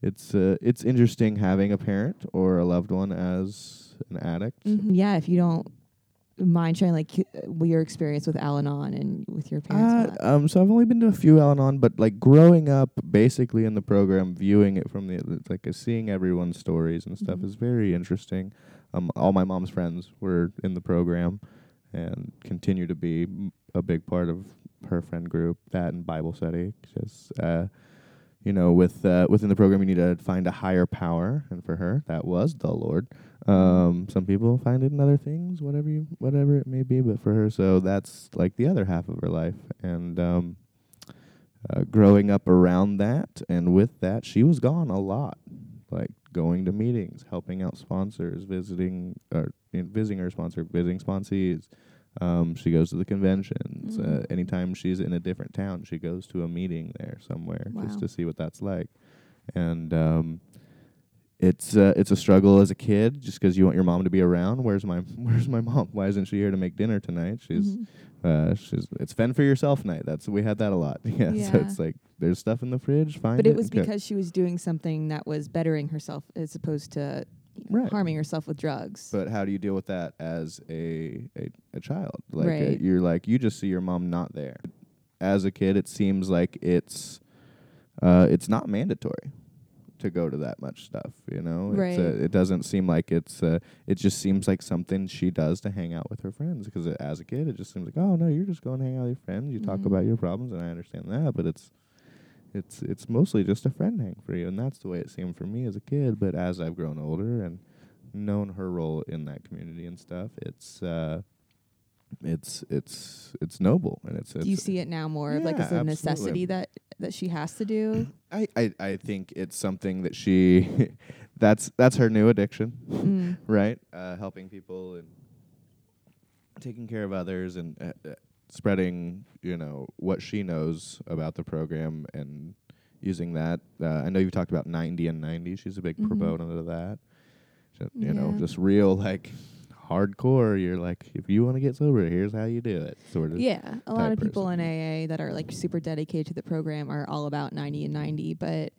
S2: it's uh, it's interesting having a parent or a loved one as an addict.
S1: Mhm. yeah. If you don't mind sharing, like y- uh, your experience with Al-Anon and with your parents. and all
S2: Uh,
S1: that.
S2: um, so I've only been to a few Al-Anon, but like growing up, basically in the program, viewing it from the it's like uh, seeing everyone's stories and stuff
S1: Mhm.
S2: is very interesting. Um, all my mom's friends were in the program, and continue to be m- a big part of her friend group. That and Bible study, because uh, you know, with uh, within the program, you need to find a higher power, and for her, that was the Lord. Um, some people find it in other things, whatever you, whatever it may be, but for her, so that's like the other half of her life, and um, uh, growing up around that, and with that, she was gone a lot, like going to meetings, helping out sponsors, visiting or you know, visiting her sponsor, visiting sponsees. Um, she goes to the conventions. Uh,
S1: Mm.
S2: anytime she's in a different town, she goes to a meeting there somewhere
S1: Wow.
S2: just to see what that's like. And um, it's uh, it's a struggle as a kid just 'cause you want your mom to be around. Where's my Where's my mom? Why isn't she here to make dinner tonight? She's
S1: Mhm.
S2: uh, she's it's fend for yourself night. That's we had that a lot. Yeah, so
S1: Yeah.
S2: it's like there's stuff in the fridge. Find
S1: But it
S2: it
S1: was
S2: and cook.
S1: because she was doing something that was bettering herself as opposed to
S2: Right.
S1: harming herself with drugs.
S2: But how do you deal with that as a a, a child? Like uh,
S1: Right.
S2: you're like you just see your mom not there. As a kid, it seems like it's uh, it's not mandatory to go to that much stuff. You know,
S1: Right.
S2: it's, uh, it doesn't seem like it's. Uh, it just seems like something she does to hang out with her friends. Because as a kid, it just seems like oh no, you're just going to hang out with your friends. You talk
S1: Mhm.
S2: about your problems, and I understand that. But it's it's it's mostly just a friend hang for you, and that's the way it seemed for me as a kid. But as I've grown older and known her role in that community and stuff, it's uh, it's it's it's noble and it's. it's
S1: do you see it now more of like
S2: Yeah,
S1: as a
S2: absolutely.
S1: necessity that that she has to do?
S2: I, I I think it's something that she, that's that's her new addiction.
S1: Mm.
S2: right? Uh, helping people and taking care of others and uh, uh, spreading, you know, what she knows about the program and using that. Uh, I know you've talked about 90 and 90. She's a big
S1: Mhm.
S2: proponent of that. Ju- you know,
S1: Yeah.
S2: just real like hardcore. You're like, if you want to get sober, here's how you do it. Sort of.
S1: Yeah, a lot of
S2: type
S1: people in AA that are like super dedicated to the program are all about 90 and 90. But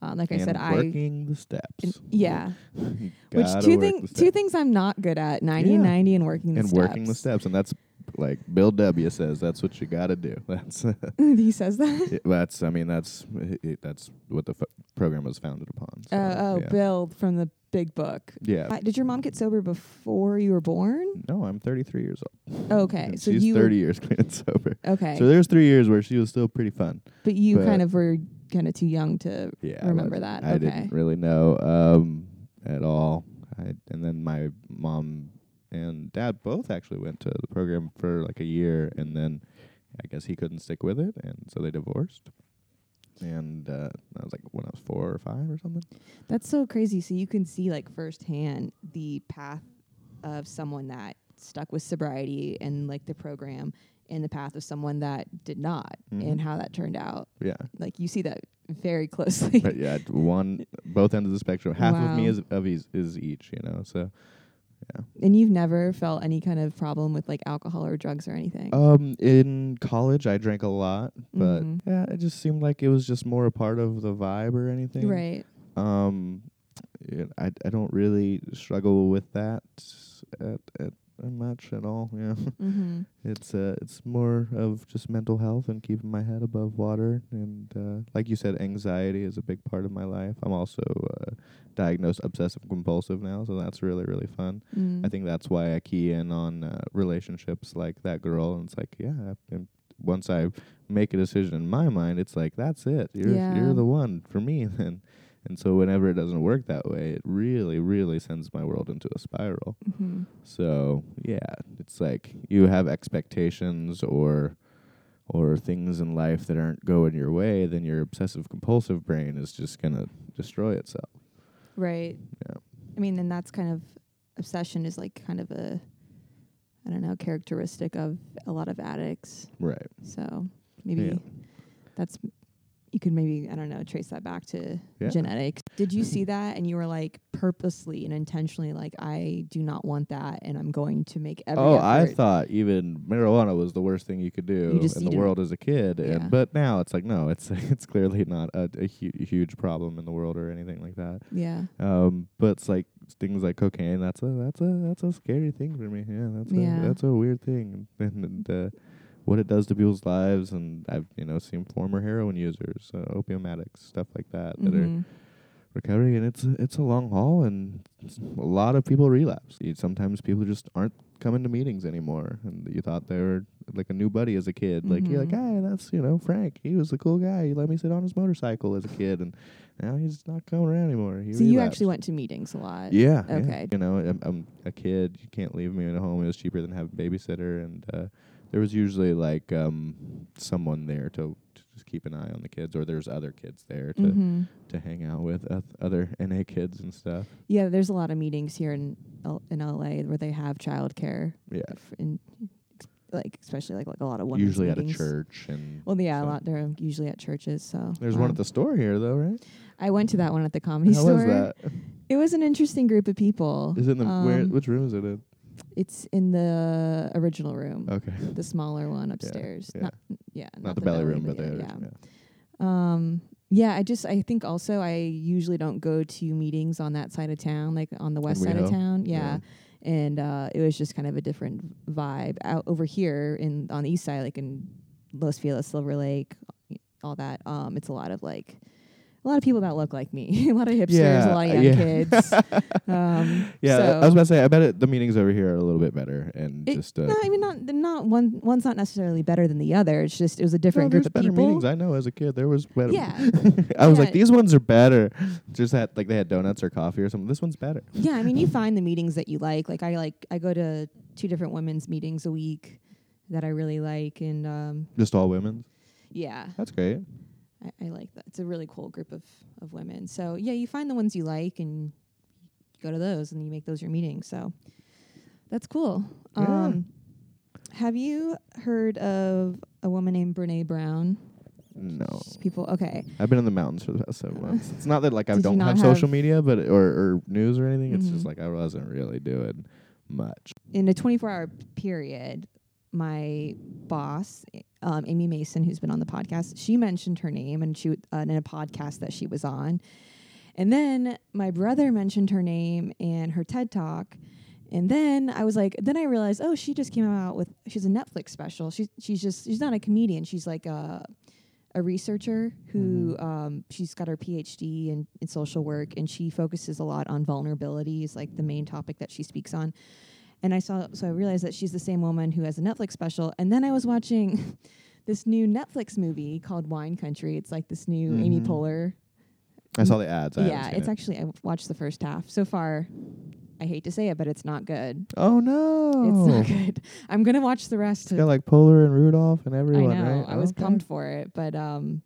S1: um, like I
S2: and
S1: said, I
S2: working the steps.
S1: and- yeah, which
S2: Gotta
S1: two
S2: work
S1: things
S2: the
S1: two
S2: steps.
S1: things I'm not good at 90
S2: Yeah.
S1: and 90 and working the
S2: and
S1: steps.
S2: working the steps, and that's like Bill W says that's what you got to do. That's
S1: he says that.
S2: it- that's I mean that's it, that's what the f- program was founded upon. so,
S1: Uh, oh,
S2: yeah.
S1: Bill from the Big Book.
S2: Yeah.
S1: Uh, Did your mom get sober before you were born?
S2: no, I'm 33 years old.
S1: Okay,
S2: and
S1: so
S2: she's
S1: you were-
S2: 30 years clean and sober.
S1: Okay,
S2: So there's three years where she was still pretty fun.
S1: but you
S2: but-
S1: kind of were kind of too young to
S2: Yeah, I
S1: remember
S2: wasn't-
S1: that.
S2: I
S1: okay.
S2: didn't really know um, at all. I, and then my mom and dad both actually went to the program for like a year, and then I guess he couldn't stick with it, and so they divorced. And uh, I was like when I was four or five or something.
S1: That's so crazy. So you can see like firsthand the path of someone that stuck with sobriety and like the program and the path of someone that did not
S2: Mhm.
S1: and how that turned out.
S2: Yeah,
S1: Like you see that very closely.
S2: but yeah, d- one both ends of the spectrum. Half of me
S1: Wow.
S2: is of each, is each, you know. So
S1: and you've never felt any kind of problem with like alcohol or drugs or anything.
S2: um, in college, I drank a lot, but
S1: Mhm.
S2: yeah, it just seemed like it was just more a part of the vibe or anything.
S1: right.
S2: um yeah, I, I don't really struggle with that at, at uh, much at all yeah
S1: Mm-hmm.
S2: it's uh it's more of just mental health and keeping my head above water and uh like you said anxiety is a big part of my life i'm also uh, diagnosed obsessive compulsive now so that's really really fun
S1: Mm.
S2: I think that's why I key in on uh, relationships like that girl, and it's like, yeah. And once I make a decision in my mind, it's like that's it. You're
S1: Yeah.
S2: you're the one for me. Then, and so whenever it doesn't work that way, it really really sends my world into a spiral.
S1: hmm
S2: So yeah, it's like you have expectations or or things in life that aren't going your way, then your obsessive compulsive brain is just gonna destroy itself.
S1: Right.
S2: Yeah.
S1: I mean, and that's kind of obsession is like kind of a I don't know characteristic of a lot of addicts.
S2: Right.
S1: So maybe that's you could maybe I don't know trace that back to
S2: Yeah.
S1: genetics. Did you see that and you were like purposely and intentionally like I do not want that and I'm going to make every
S2: oh,
S1: effort.
S2: I thought even marijuana was the worst thing you could do
S1: You just-
S2: in
S1: you
S2: the
S1: didn't-
S2: world as a kid,
S1: Yeah.
S2: and but now it's like no, it's it's clearly not a, a hu- huge problem in the world or anything like that.
S1: yeah,
S2: Um, but it's like things like cocaine. That's a that's a that's a scary thing for me. Yeah, that's
S1: Yeah.
S2: a that's a weird thing, and, and uh, what it does to people's lives. And I've you know seen former heroin users, uh, opium addicts, stuff like that, that are
S1: Mhm.
S2: recovery and it's a, it's a long haul and s- a lot of people relapse You- sometimes people just aren't coming to meetings anymore and you thought they were like a new buddy as a kid like you're like hey
S1: Mm-hmm.
S2: that's you know frank he was a cool guy he let me sit on his motorcycle as a kid and now he's not coming around anymore he
S1: so you
S2: relapsed."
S1: actually went to meetings a lot.
S2: yeah yeah.
S1: Okay.
S2: you know I'm, I'm a kid you can't leave me at home it was cheaper than have a babysitter and uh there was usually like um someone there to, to just keep an eye on the kids or there's other kids there to
S1: hmm
S2: to hang out with oth- other NA kids and stuff.
S1: Yeah, there's a lot of meetings here in L- in LA where they have childcare
S2: Yeah,
S1: f- in like especially like like a lot of women's
S2: usually
S1: meetings.
S2: at a church and
S1: Well, um, yeah, a
S2: so-
S1: lot. They're um, usually at churches. So
S2: There's one at
S1: wow.
S2: the store here though, right?
S1: I went to that one at the comedy
S2: How
S1: store.
S2: was that?
S1: It was an interesting group of people.
S2: Is it in the where?
S1: Um,
S2: Which room is it in?
S1: It's in the original room,
S2: Okay,
S1: the smaller one upstairs.
S2: Oh. yeah.
S1: Not, yeah,
S2: not, the belly room, but the
S1: yeah.
S2: other.
S1: yeah.
S2: Yeah.
S1: Um, yeah, I just I think also I usually don't go to meetings on that side of town, like on the west side of
S2: WeHo?
S1: town. Yeah. And uh, it was just kind of a different vibe out over here in on the east side, like in Los Feliz, Silver Lake, all that. Um, it's a lot of like a lot of people that look like me, a lot of hipsters, a
S2: Yeah, uh,
S1: lot of young
S2: yeah.
S1: kids. um,
S2: Yeah,
S1: so
S2: I was about to say. I bet it, the meetings over here are a little bit better and
S1: It-
S2: just. Uh,
S1: no, I mean not they're not one one's not necessarily better than the other. It's just it was a
S2: no,
S1: different
S2: there's
S1: group of
S2: better
S1: people.
S2: meetings. I know as a kid there was better.
S1: yeah,
S2: I was
S1: Yeah.
S2: like, these ones are better. Just had like they had donuts or coffee or something. This one's better.
S1: yeah i mean you find the meetings that you like like i like i go to two different women's meetings a week that i really like and um
S2: Just all women's.
S1: yeah
S2: That's great.
S1: i, I like that it's a really cool group of of women so yeah you find the ones you like and you go to those and you make those your meetings so that's cool
S2: Yeah.
S1: um have you heard of a woman named brene brown
S2: No.
S1: She's people okay
S2: I've been in the mountains for the past seven months. It's not that like I
S1: Did you
S2: don't
S1: not
S2: have social
S1: have-
S2: media, but or, or news or anything. It's
S1: Mhm.
S2: just like I wasn't really doing much.
S1: in a 24 hour period, my boss, um, Amy Mason, who's been on the podcast, she mentioned her name and she w- uh, in a podcast that she was on. And then my brother mentioned her name and her TED talk. And then I was like, then I realized, oh, she just came out with she's a Netflix special. She's she's just she's not a comedian. She's like a a researcher who um, she's got her PhD in, in social work and she focuses a lot on vulnerabilities, like the main topic that she speaks on. And I saw, so I realized that she's the same woman who has a Netflix special. And then I was watching this new Netflix movie called Wine Country. It's like this new Amy
S2: Mhm.
S1: Poehler.
S2: I saw the ads. I haven't
S1: yeah,
S2: seen
S1: it's
S2: it.
S1: actually, I watched the first half. So far, I hate to say it, but it's not good.
S2: oh no,
S1: It's not good. I'm going to watch the rest.
S2: It's got like Polar and Rudolph and
S1: I know.
S2: everyone, right?
S1: I was
S2: Okay.
S1: pumped for it, but um,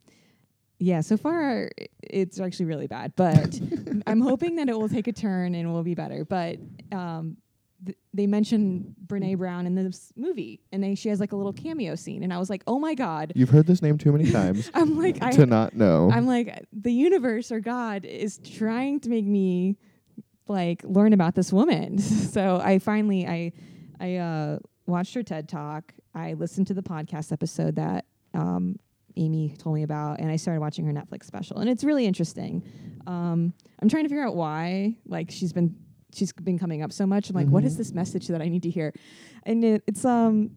S1: yeah. So far, i- it's actually really bad, but I'm hoping that it will take a turn and will be better. But um, th- they mentioned Brene Brown in this movie, and they she has like a little cameo scene, and I was like, oh my god!
S2: You've heard this name too many times
S1: I'm like, I,
S2: to not know.
S1: I'm like, the universe or God is trying to make me like learn about this woman. so I finally I I uh, watched her TED talk. I listened to the podcast episode that um, Amy told me about, and I started watching her Netflix special, and it's really interesting. Um, I'm trying to figure out why like she's been she's been coming up so much. I'm like, what is
S2: Mhm.
S1: this message that I need to hear? And it, it's um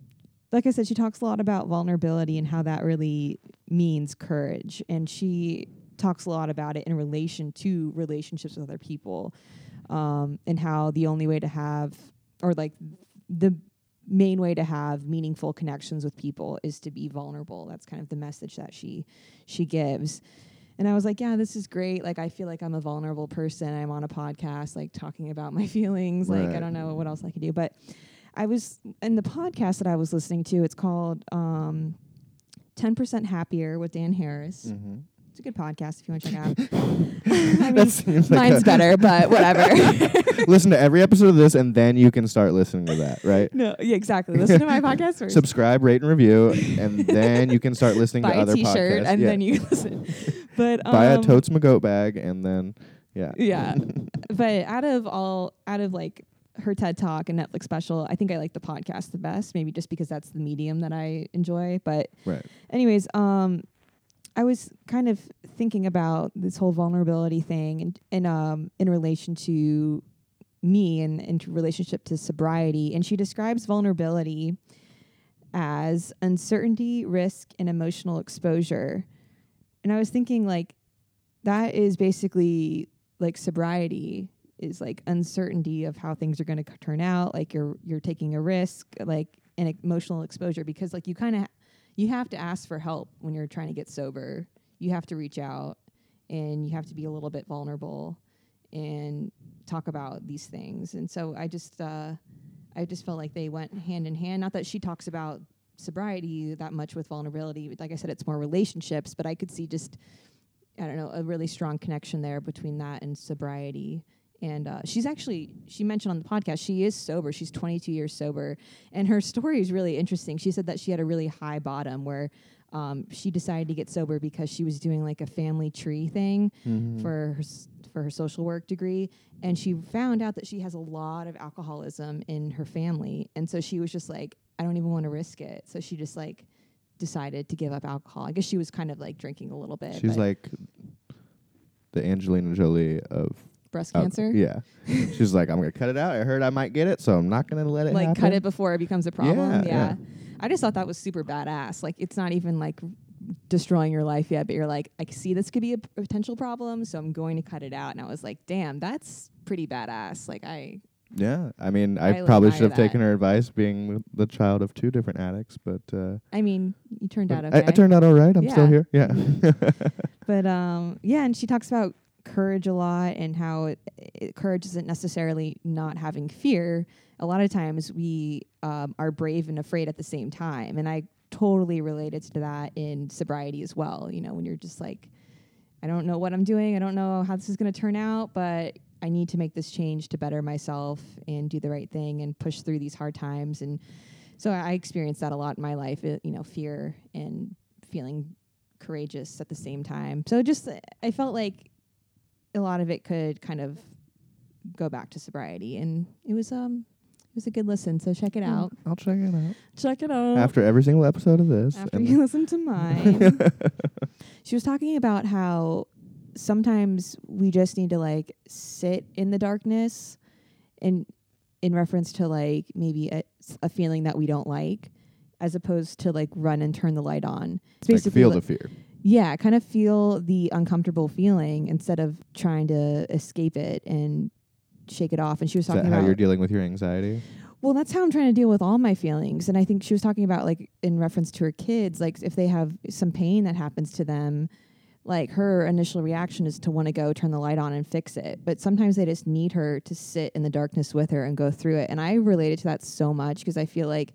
S1: like I said, she talks a lot about vulnerability and how that really means courage. And she talks a lot about it in relation to relationships with other people um, and how the only way to have, or like the main way to have meaningful connections with people is to be vulnerable. That's kind of the message that she she gives. And I was like, yeah, this is great. Like I feel like I'm a vulnerable person. I'm on a podcast like talking about my feelings. Like I
S2: Right.
S1: don't know what else I could do, but I was in the podcast that I was listening to. It's called um, "10% Happier" with Dan Harris.
S2: mm-hmm.
S1: It's a good podcast if you want to check it out.
S2: that seems like
S1: Mine's
S2: a,
S1: better, but whatever.
S2: listen to every episode of this, and then you can start listening to that, right?
S1: no, yeah, exactly. Listen to my podcast first.
S2: Subscribe, rate, and review, and then you can start listening
S1: buy
S2: to other
S1: a T-shirt
S2: podcasts.
S1: and
S2: Yeah.
S1: then you listen. But um,
S2: buy a totes McGoat bag, and then yeah,
S1: Yeah, but out of all, out of like her TED Talk and Netflix special, I think I like the podcast the best. Maybe just because that's the medium that I enjoy. But
S2: right.
S1: anyways um i was kind of thinking about this whole vulnerability thing and, and um in relation to me and in relationship to sobriety and she describes vulnerability as uncertainty risk and emotional exposure and i was thinking like that is basically like sobriety is like uncertainty of how things are going to turn out like you're you're taking a risk like an emotional exposure because like you kind of you have to ask for help when you're trying to get sober. You have to reach out and you have to be a little bit vulnerable and talk about these things. And so I just uh, I just felt like they went hand in hand. Not that she talks about sobriety that much with vulnerability. But Like I said, it's more relationships, but I could see just I don't know a really strong connection there between that and sobriety. And uh, she's actually she mentioned on the podcast she is sober. She's 22 years sober, and her story is really interesting. She said that she had a really high bottom where um, she decided to get sober because she was doing like a family tree thing
S2: Mm-hmm.
S1: for her, s- for her social work degree, and she found out that she has a lot of alcoholism in her family, and so she was just like, I don't even want to risk it. So she just like decided to give up alcohol. I guess she was kind of like drinking a little bit. but
S2: She's like the Angelina Jolie of
S1: breast
S2: alco-
S1: cancer.
S2: Oh, yeah, she's like, I'm gonna cut it out. I heard I might get it, so I'm not gonna let it
S1: like
S2: happen.
S1: cut it before it becomes a problem.
S2: Yeah,
S1: Yeah,
S2: yeah.
S1: I just thought that was super badass. Like it's not even like destroying your life yet, but you're like, I see this could be a p- potential problem, so I'm going to cut it out. And I was like, damn, that's pretty badass. Like I
S2: Yeah, I mean,
S1: I,
S2: I,
S1: like,
S2: probably
S1: buy
S2: should have
S1: that.
S2: taken her advice, being the child of two different addicts, but, uh,
S1: I mean, you turned out
S2: but
S1: okay.
S2: I, I turned out all right. I'm still
S1: Yeah.
S2: here. Yeah,
S1: but um yeah, and she talks about courage a lot and how it, it, courage isn't necessarily not having fear. A lot of times we um, are brave and afraid at the same time, and I totally related to that in sobriety as well. You know, when you're just like I don't know what I'm doing. I don't know how this is going to turn out, but I need to make this change to better myself and do the right thing and push through these hard times. And so I I experienced that a lot in my life, uh, you know, fear and feeling courageous at the same time. So just, uh, I felt like a lot of it could kind of go back to sobriety. And it was, um, was a good listen, so check it out.
S2: I'll check it out
S1: Check it out
S2: after every single episode of this.
S1: after
S2: and
S1: you listen to mine. she was talking about how sometimes we just need to like sit in the darkness and in reference to like maybe a, a feeling that we don't like as opposed to like run and turn the light on. It's
S2: like, feel
S1: like-
S2: the fear.
S1: yeah, kind of feel the uncomfortable feeling instead of trying to escape it and shake it off. And she was
S2: Is that
S1: talking
S2: how
S1: about
S2: you're dealing with your anxiety?
S1: well, that's how I'm trying to deal with all my feelings. And I think she was talking about like in reference to her kids, like if they have some pain that happens to them, like her initial reaction is to want to go turn the light on and fix it. But sometimes they just need her to sit in the darkness with her and go through it. And I related to that so much because I feel like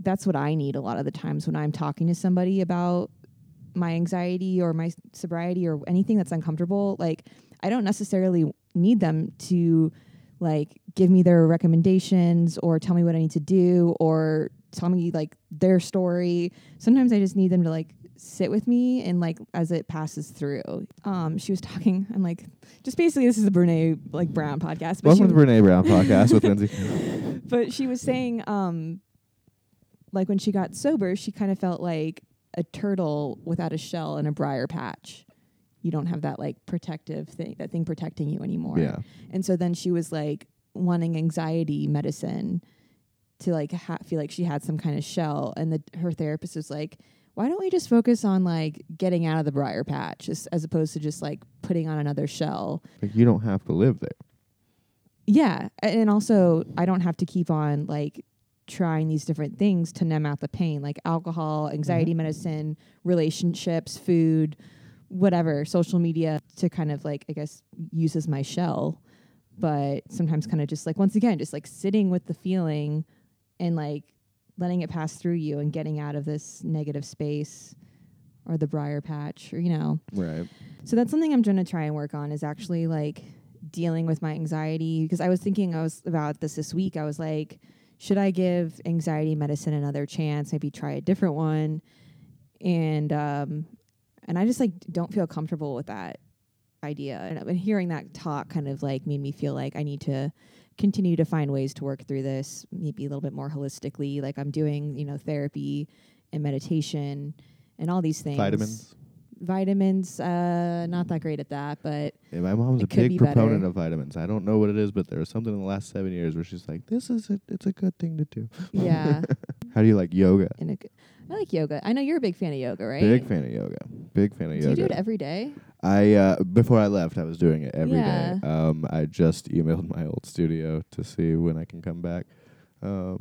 S1: that's what I need a lot of the times when I'm talking to somebody about my anxiety or my sobriety or anything that's uncomfortable. Like I don't necessarily need them to like give me their recommendations or tell me what I need to do or tell me like their story. Sometimes I just need them to like sit with me and like as it passes through. Um, she was talking. I'm like, just basically this is the Brene like Brown podcast. But she
S2: Welcome to the Brene Brown podcast with Lindsay.
S1: but she was saying um like when she got sober she kind of felt like a turtle without a shell and a briar patch you don't have that like protective thing that thing protecting you anymore
S2: Yeah.
S1: and so then she was like wanting anxiety medicine to like ha- feel like she had some kind of shell and the her therapist was like why don't we just focus on like getting out of the briar patch as, as opposed to just like putting on another shell
S2: Like you don't have to live there.
S1: yeah, a- and also I don't have to keep on like trying these different things to numb out the pain, like alcohol, anxiety medicine, relationships, food, whatever, social media to kind of like I guess use as my shell. But sometimes kind of just like once again just like sitting with the feeling and like letting it pass through you and getting out of this negative space or the briar patch or you know
S2: Right.
S1: so that's something I'm trying to try and work on is actually like dealing with my anxiety because I was thinking I was about this this week. I was like, should I give anxiety medicine another chance? Maybe try a different one. And um and I just like don't feel comfortable with that idea. And, and hearing that talk kind of like made me feel like I need to continue to find ways to work through this maybe a little bit more holistically like I'm doing, you know, therapy and meditation and all these things
S2: Vitamins.
S1: vitamins uh not that great at that but
S2: Yeah, my mom's
S1: It
S2: a
S1: could
S2: big
S1: be
S2: proponent
S1: better.
S2: of vitamins. I don't know what it is, but there was something in the last seven years where she's like, "This is a, it's a good thing to do."
S1: yeah
S2: How do you like yoga?
S1: and a g- i like yoga i know you're a big fan of yoga right
S2: Big fan of yoga. Big fan of
S1: do
S2: yoga.
S1: you do it every day
S2: I uh, before I left, I was doing it every
S1: Yeah.
S2: day. Um, I just emailed my old studio to see when I can come back. Um,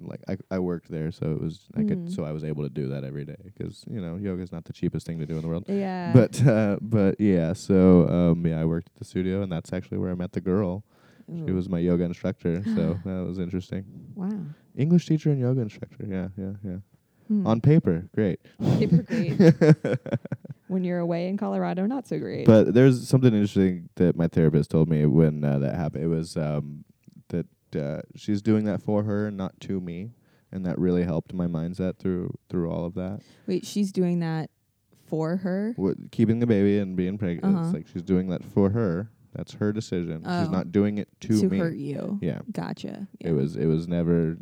S2: like I, I worked there, so it was I
S1: Mhm.
S2: could so I was able to do that every day because you know yoga's not the cheapest thing to do in the world.
S1: yeah
S2: But uh, but yeah, so um, yeah, I worked at the studio, and that's actually where I met the girl. She
S1: Ooh,
S2: was my yoga instructor, so that was interesting.
S1: wow
S2: English teacher and yoga instructor. Yeah, yeah, yeah.
S1: Hmm.
S2: On paper, great.
S1: paper great when you're away in colorado not so great
S2: But there's something interesting that my therapist told me when uh, that happened. It was um, that uh, she's doing that for her, and not to me, and that really helped my mindset through through all of that.
S1: wait she's doing that for her
S2: What, keeping the baby and being pregnant,
S1: Uh-huh.
S2: it's like she's doing that for her. That's her decision.
S1: Oh.
S2: She's not doing it to, me.
S1: hurt you
S2: Yeah.
S1: gotcha yeah.
S2: It was it was never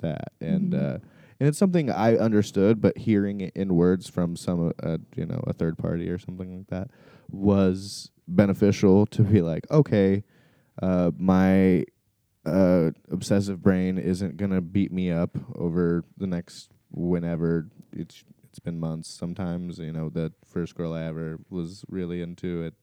S2: that, and
S1: Mhm.
S2: uh, and it's something I understood, but hearing it in words from some uh, you know a third party or something like that was beneficial to be like, okay, uh, my uh, obsessive brain isn't gonna beat me up over the next whenever it's it's been months. Sometimes you know the first girl I ever was really into it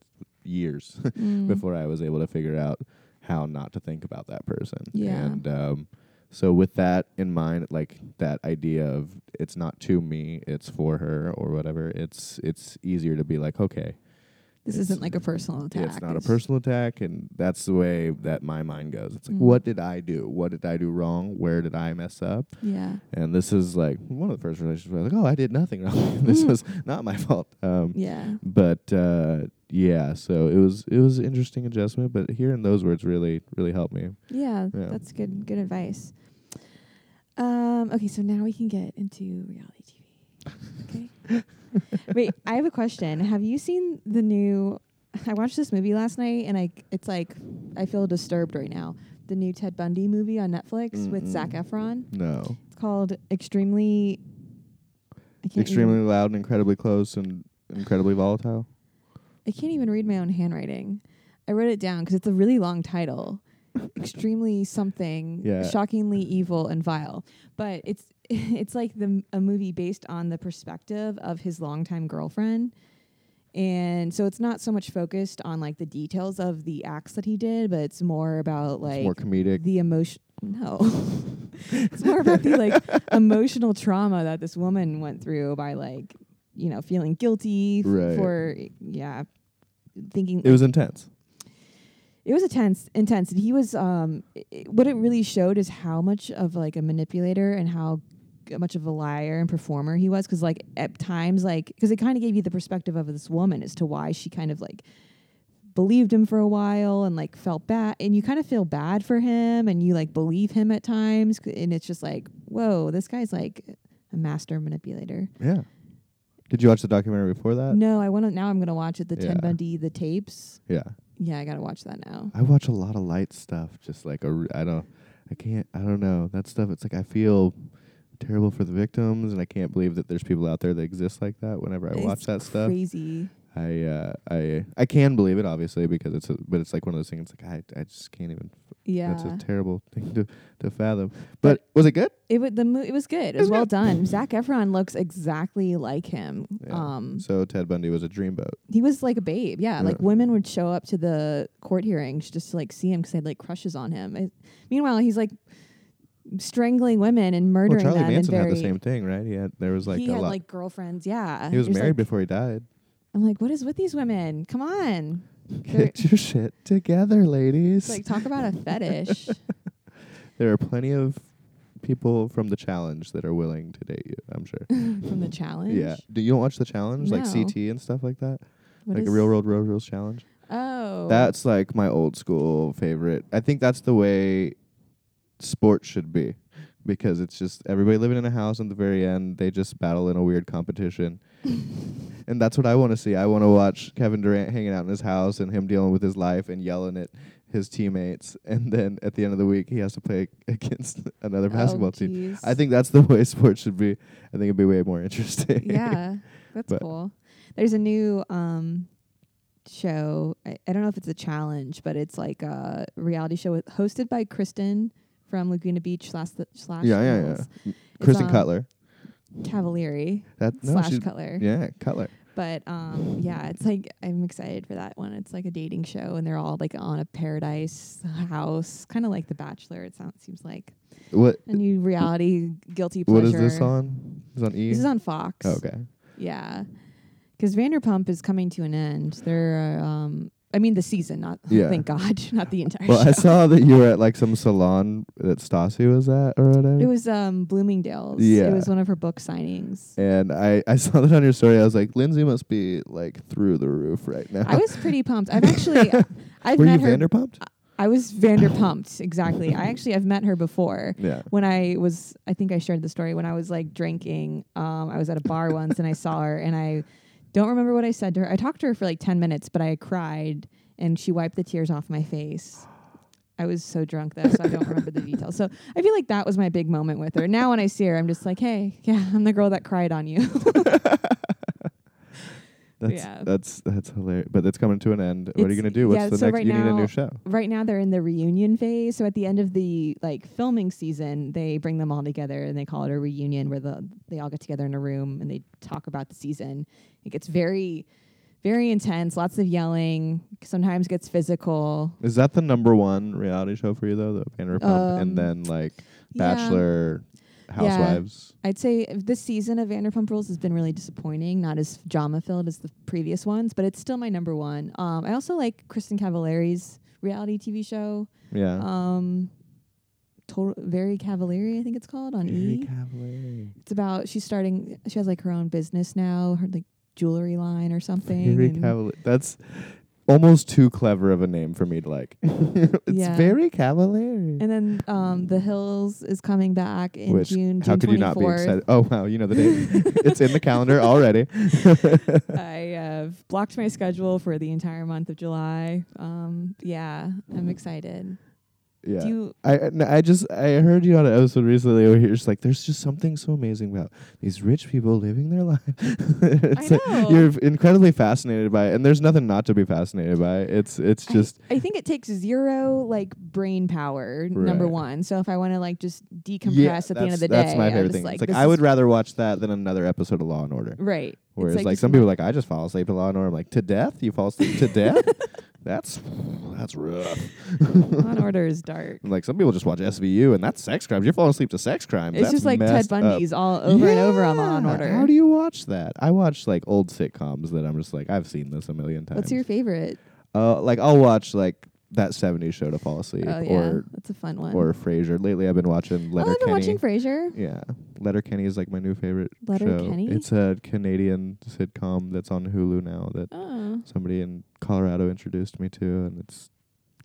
S2: years
S1: Mm.
S2: before I was able to figure out how not to think about that person.
S1: Yeah.
S2: And um, so with that in mind, like that idea of it's not to me, it's for her or whatever. It's it's easier to be like, okay,
S1: Mm. this
S2: it's-
S1: isn't like a personal attack
S2: it's not a personal attack, and that's the way that my mind goes. It's like,
S1: Mm.
S2: what did I do? What did I do wrong? Where did I mess up?
S1: yeah
S2: And this is like one of the first relationships where I was like, oh, I did nothing wrong. this
S1: Mm.
S2: was not my fault. Um,
S1: yeah
S2: but uh, yeah, so it was it was an interesting adjustment. But hearing those words really really helped me.
S1: Yeah,
S2: Yeah.
S1: that's good good advice. Um, okay, so now we can get into reality TV. Okay. Wait, I have a question. Have you seen the new I watched this movie last night and I it's like I feel disturbed right now. The new Ted Bundy movie on Netflix with
S2: Mm-mm.
S1: Zach Efron.
S2: No.
S1: It's called Extremely. I can't
S2: Extremely
S1: Even,
S2: loud and incredibly close and incredibly volatile.
S1: I can't even read my own handwriting. I wrote it down because it's a really long title. Extremely something,
S2: Yeah.
S1: shockingly evil and vile. But it's it's like the m- a movie based on the perspective of his longtime girlfriend. And so it's not so much focused on like the details of the acts that he did, but it's more about like
S2: it's more comedic.
S1: the emotion no it's more about the like emotional trauma that this woman went through by like you know feeling guilty f-
S2: Right.
S1: for yeah thinking
S2: It was intense.
S1: it was intense intense and he was um i i- what it really showed is how much of like a manipulator and how g- much of a liar and performer he was because like at times like because it kind of gave you the perspective of this woman as to why she kind of like believed him for a while and like felt bad and you kind of feel bad for him and you like believe him at times c- and it's just like whoa this guy's like a master manipulator
S2: Yeah. Did you watch the documentary before that?
S1: no i want to now i'm gonna watch it the
S2: Uh, Yeah.
S1: ted bundy the tapes
S2: Yeah.
S1: yeah i gotta watch that now
S2: I watch a lot of light stuff. Just like a, r- I don't, I can't, I don't know that stuff. It's like I feel terrible for the victims, and I can't believe that there's people out there that exist like that. Whenever I watch
S1: It's
S2: that stuff,
S1: crazy
S2: I, uh, I, I can believe it obviously because it's, a, but it's like one of those things. Like I, I just can't even.
S1: yeah
S2: That's a terrible thing to, to fathom. But was it good?
S1: It wa the mo- it was good. It was well done. Zach Efron looks exactly like him.
S2: Yeah.
S1: Um,
S2: so Ted Bundy was a dreamboat.
S1: he was like a babe. Yeah, like
S2: Yeah.
S1: women would show up to the court hearings just to like see him because they had like crushes on him. It- meanwhile, he's like strangling women and
S2: Well,
S1: murdering
S2: Charlie
S1: them.
S2: Manson
S1: and
S2: had the
S1: very-
S2: same thing, right? He had there was like
S1: he
S2: a
S1: had
S2: lot.
S1: like girlfriends. Yeah,
S2: he was
S1: There's,
S2: married
S1: like-
S2: before he died.
S1: I'm like, what is with these women? Come on, They're-
S2: Get your shit together, ladies.
S1: it's like talk about a fetish.
S2: There are plenty of people from the challenge that are willing to date you. I'm sure.
S1: From the challenge,
S2: Yeah. Do you don't watch the challenge like
S1: No.
S2: CT and stuff like that?
S1: What
S2: like a
S1: is-
S2: real world road rules challenge.
S1: Oh,
S2: That's like my old school favorite. I think that's the way sports should be because it's just everybody living in a house. And at the very end, they just battle in a weird competition. And that's what I want to see. I want to watch Kevin Durant hanging out in his house and him dealing with his life and yelling at his teammates. And then at the end of the week, he has to play against another
S1: Oh,
S2: basketball team.
S1: geez.
S2: I think that's the way sports should be. I think it'd be way more interesting.
S1: yeah, that's
S2: But-
S1: cool. There's a new um, show. I, I don't know if it's a challenge, but it's like a reality show with, hosted by Kristen from Laguna Beach slash the, slash
S2: yeah, yeah, yeah.
S1: Hills
S2: Kristen
S1: um,
S2: Cutler.
S1: Cavalieri
S2: That no,
S1: slash
S2: she's,
S1: Cutler.
S2: yeah, Cutler.
S1: But um, yeah, it's like I'm excited for that one. It's like a dating show, and they're all like on a paradise house, kind of like The Bachelor. It sounds seems like
S2: What
S1: a new reality guilty pleasure.
S2: what is this on? Is on E?
S1: This is on Fox.
S2: Oh, okay.
S1: Yeah, because Vanderpump is coming to an end. They're, um, I mean, the season, not
S2: Yeah.
S1: thank God, not the entire
S2: Well,
S1: show.
S2: I saw that you were at like some salon that Stassi was at or whatever.
S1: it was um, Bloomingdale's.
S2: Yeah.
S1: it was one of her book signings.
S2: and I, I saw that on your story. I was like, Lindsay must be like through the roof right now.
S1: I was pretty pumped. I've actually, I've
S2: Were you
S1: met her. Uh,
S2: Vanderpumped?
S1: I was Vanderpumped exactly. I actually, I've met her before.
S2: yeah.
S1: When I was, I think I shared the story when I was like drinking. Um, I was at a bar once and I saw her and I don't remember what I said to her. I talked to her for like ten minutes, but I cried and she wiped the tears off my face. I was so drunk though, so I don't remember the details. So I feel like that was my big moment with her. Now when I see her, I'm just like, hey, yeah, I'm the girl that cried on you.
S2: That's
S1: Yeah.
S2: that's that's hilarious. But it's coming to an end. what are you
S1: It's-
S2: gonna do? What's
S1: yeah,
S2: the
S1: so
S2: next?
S1: right
S2: you need a
S1: now-
S2: new show.
S1: right now they're in the reunion phase. So at the end of the like filming season, they bring them all together and they call it a reunion where the they all get together in a room and they talk about the season. It gets very very intense, lots of yelling, sometimes gets physical.
S2: Is that the number one reality show for you though, the Vanderpump,
S1: Um,
S2: and then like
S1: Yeah.
S2: Bachelor, Housewives?
S1: I'd say this season of Vanderpump Rules has been really disappointing, not as drama filled as the previous ones, but it's still my number one. Um, I also like Kristen Cavallari's reality TV show,
S2: Yeah.
S1: um, total, Very Cavallari, I think it's called on E. It's about she's starting. She has like her own business now, her like jewelry line or something.
S2: Very
S1: and
S2: Cavalier. That's almost too clever of a name for me to like. it's
S1: Yeah.
S2: very cavalier.
S1: And then um, The Hills is coming back in
S2: Which
S1: June.
S2: how
S1: June
S2: could
S1: 24th.
S2: you not be excited? Oh wow, you know the date. it's in the calendar already.
S1: I have blocked my schedule for the entire month of July. Um, yeah, I'm excited.
S2: Yeah.
S1: Do you?
S2: I I- no, I just I heard you on an episode recently where you're just like, there's just something so amazing about these rich people living their life. it's
S1: I
S2: like,
S1: know.
S2: you're incredibly fascinated by it, and there's nothing not to be fascinated by. It's it's
S1: I-
S2: just
S1: I, think it takes zero like brain power. Number
S2: Right.
S1: one. So if I want to like just decompress
S2: yeah,
S1: at the
S2: that's-
S1: end of the
S2: That's
S1: day,
S2: my
S1: I'm
S2: favorite
S1: just
S2: thing.
S1: Like,
S2: it's like
S1: this
S2: I
S1: is-
S2: would rather watch that than another episode of Law and Order.
S1: Right.
S2: Whereas like,
S1: just
S2: some
S1: my-
S2: people are like, I just fall asleep to Law and Order. I'm like, to death? You fall asleep to death? That's that's rough.
S1: Law and Order is dark.
S2: And, like some people just watch SVU and that's sex crimes. You're falling asleep to sex crimes.
S1: It's
S2: That's
S1: just like Ted
S2: messed up.
S1: Bundy's all over and over on Law and
S2: Yeah.
S1: Order.
S2: How do you watch that? I watch like old sitcoms that I'm just like I've seen this a million times.
S1: What's your favorite?
S2: uh, like I'll watch like that '70s show to fall asleep
S1: Oh yeah,
S2: or
S1: that's a fun one.
S2: or Frasier. Lately, I've been watching
S1: oh, I've
S2: Letter
S1: been watching Frasier.
S2: yeah, Letterkenny is like my new favorite
S1: Letterkenny?
S2: show. It's a Canadian sitcom that's on Hulu now that
S1: Oh,
S2: somebody in Colorado introduced me to, and it's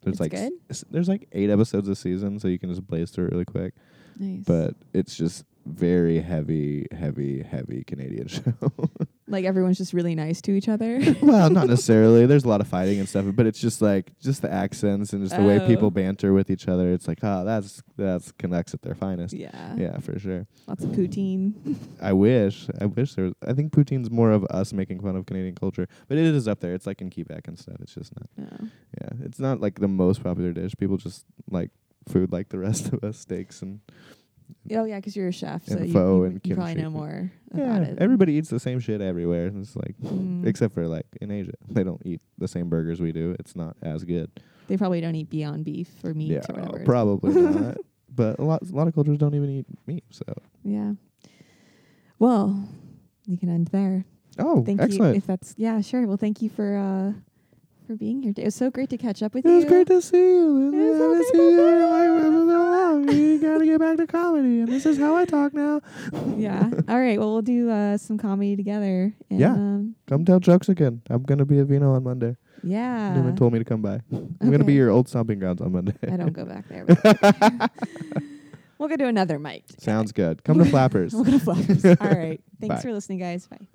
S2: there's
S1: It's
S2: like
S1: good?
S2: s- there's like eight episodes a season, so you can just blaze through it really quick.
S1: nice.
S2: But it's just very heavy, heavy, heavy Canadian show.
S1: like everyone's just really nice to each other.
S2: well, not necessarily. There's a lot of fighting and stuff, but it's just like just the accents and just the way
S1: Oh.
S2: people banter with each other. It's like, oh, that's that's Canucks at their finest.
S1: yeah.
S2: Yeah, for sure.
S1: Lots of poutine.
S2: I wish. I wish there was. I think poutine's more of us making fun of Canadian culture, but it is up there. It's like in Quebec and stuff. It's just not.
S1: Oh.
S2: Yeah, it's not like the most popular dish. People just like food like the rest of us, steaks and
S1: Oh yeah, because you're a chef, so
S2: And
S1: you,
S2: pho
S1: you,
S2: and
S1: you probably
S2: kimchi.
S1: know more about
S2: yeah.
S1: it.
S2: Everybody eats the same shit everywhere. It's like
S1: Mm.
S2: except for like in Asia, they don't eat the same burgers we do. It's not as good.
S1: they probably don't eat Beyond Beef or meat
S2: yeah,
S1: or whatever.
S2: probably not. But a lot, a lot of cultures don't even eat meat. So
S1: yeah. Well, you can end there.
S2: oh,
S1: Thank you.
S2: excellent.
S1: If that's yeah, sure. Well, thank you for uh for being here. It was so great to catch up with
S2: It was
S1: you.
S2: great to see you. Lindsay.
S1: It was so
S2: I
S1: great
S2: haven't seen
S1: to
S2: you
S1: see
S2: in like
S1: you.
S2: so long. You gotta get back to comedy, and this is how I talk now.
S1: yeah. All right. Well, we'll do uh, some comedy together. And,
S2: Yeah.
S1: Um,
S2: Come tell jokes again. I'm gonna be at Vino on Monday.
S1: yeah.
S2: Newman told me to come by. I'm gonna
S1: Uh, Okay.
S2: be your old stomping grounds on Monday.
S1: I don't go back there. but- we'll go to another mic.
S2: Sounds good. Come to Flappers.
S1: We'll go to Flappers. All right. Thanks
S2: Bye.
S1: for listening, guys. Bye.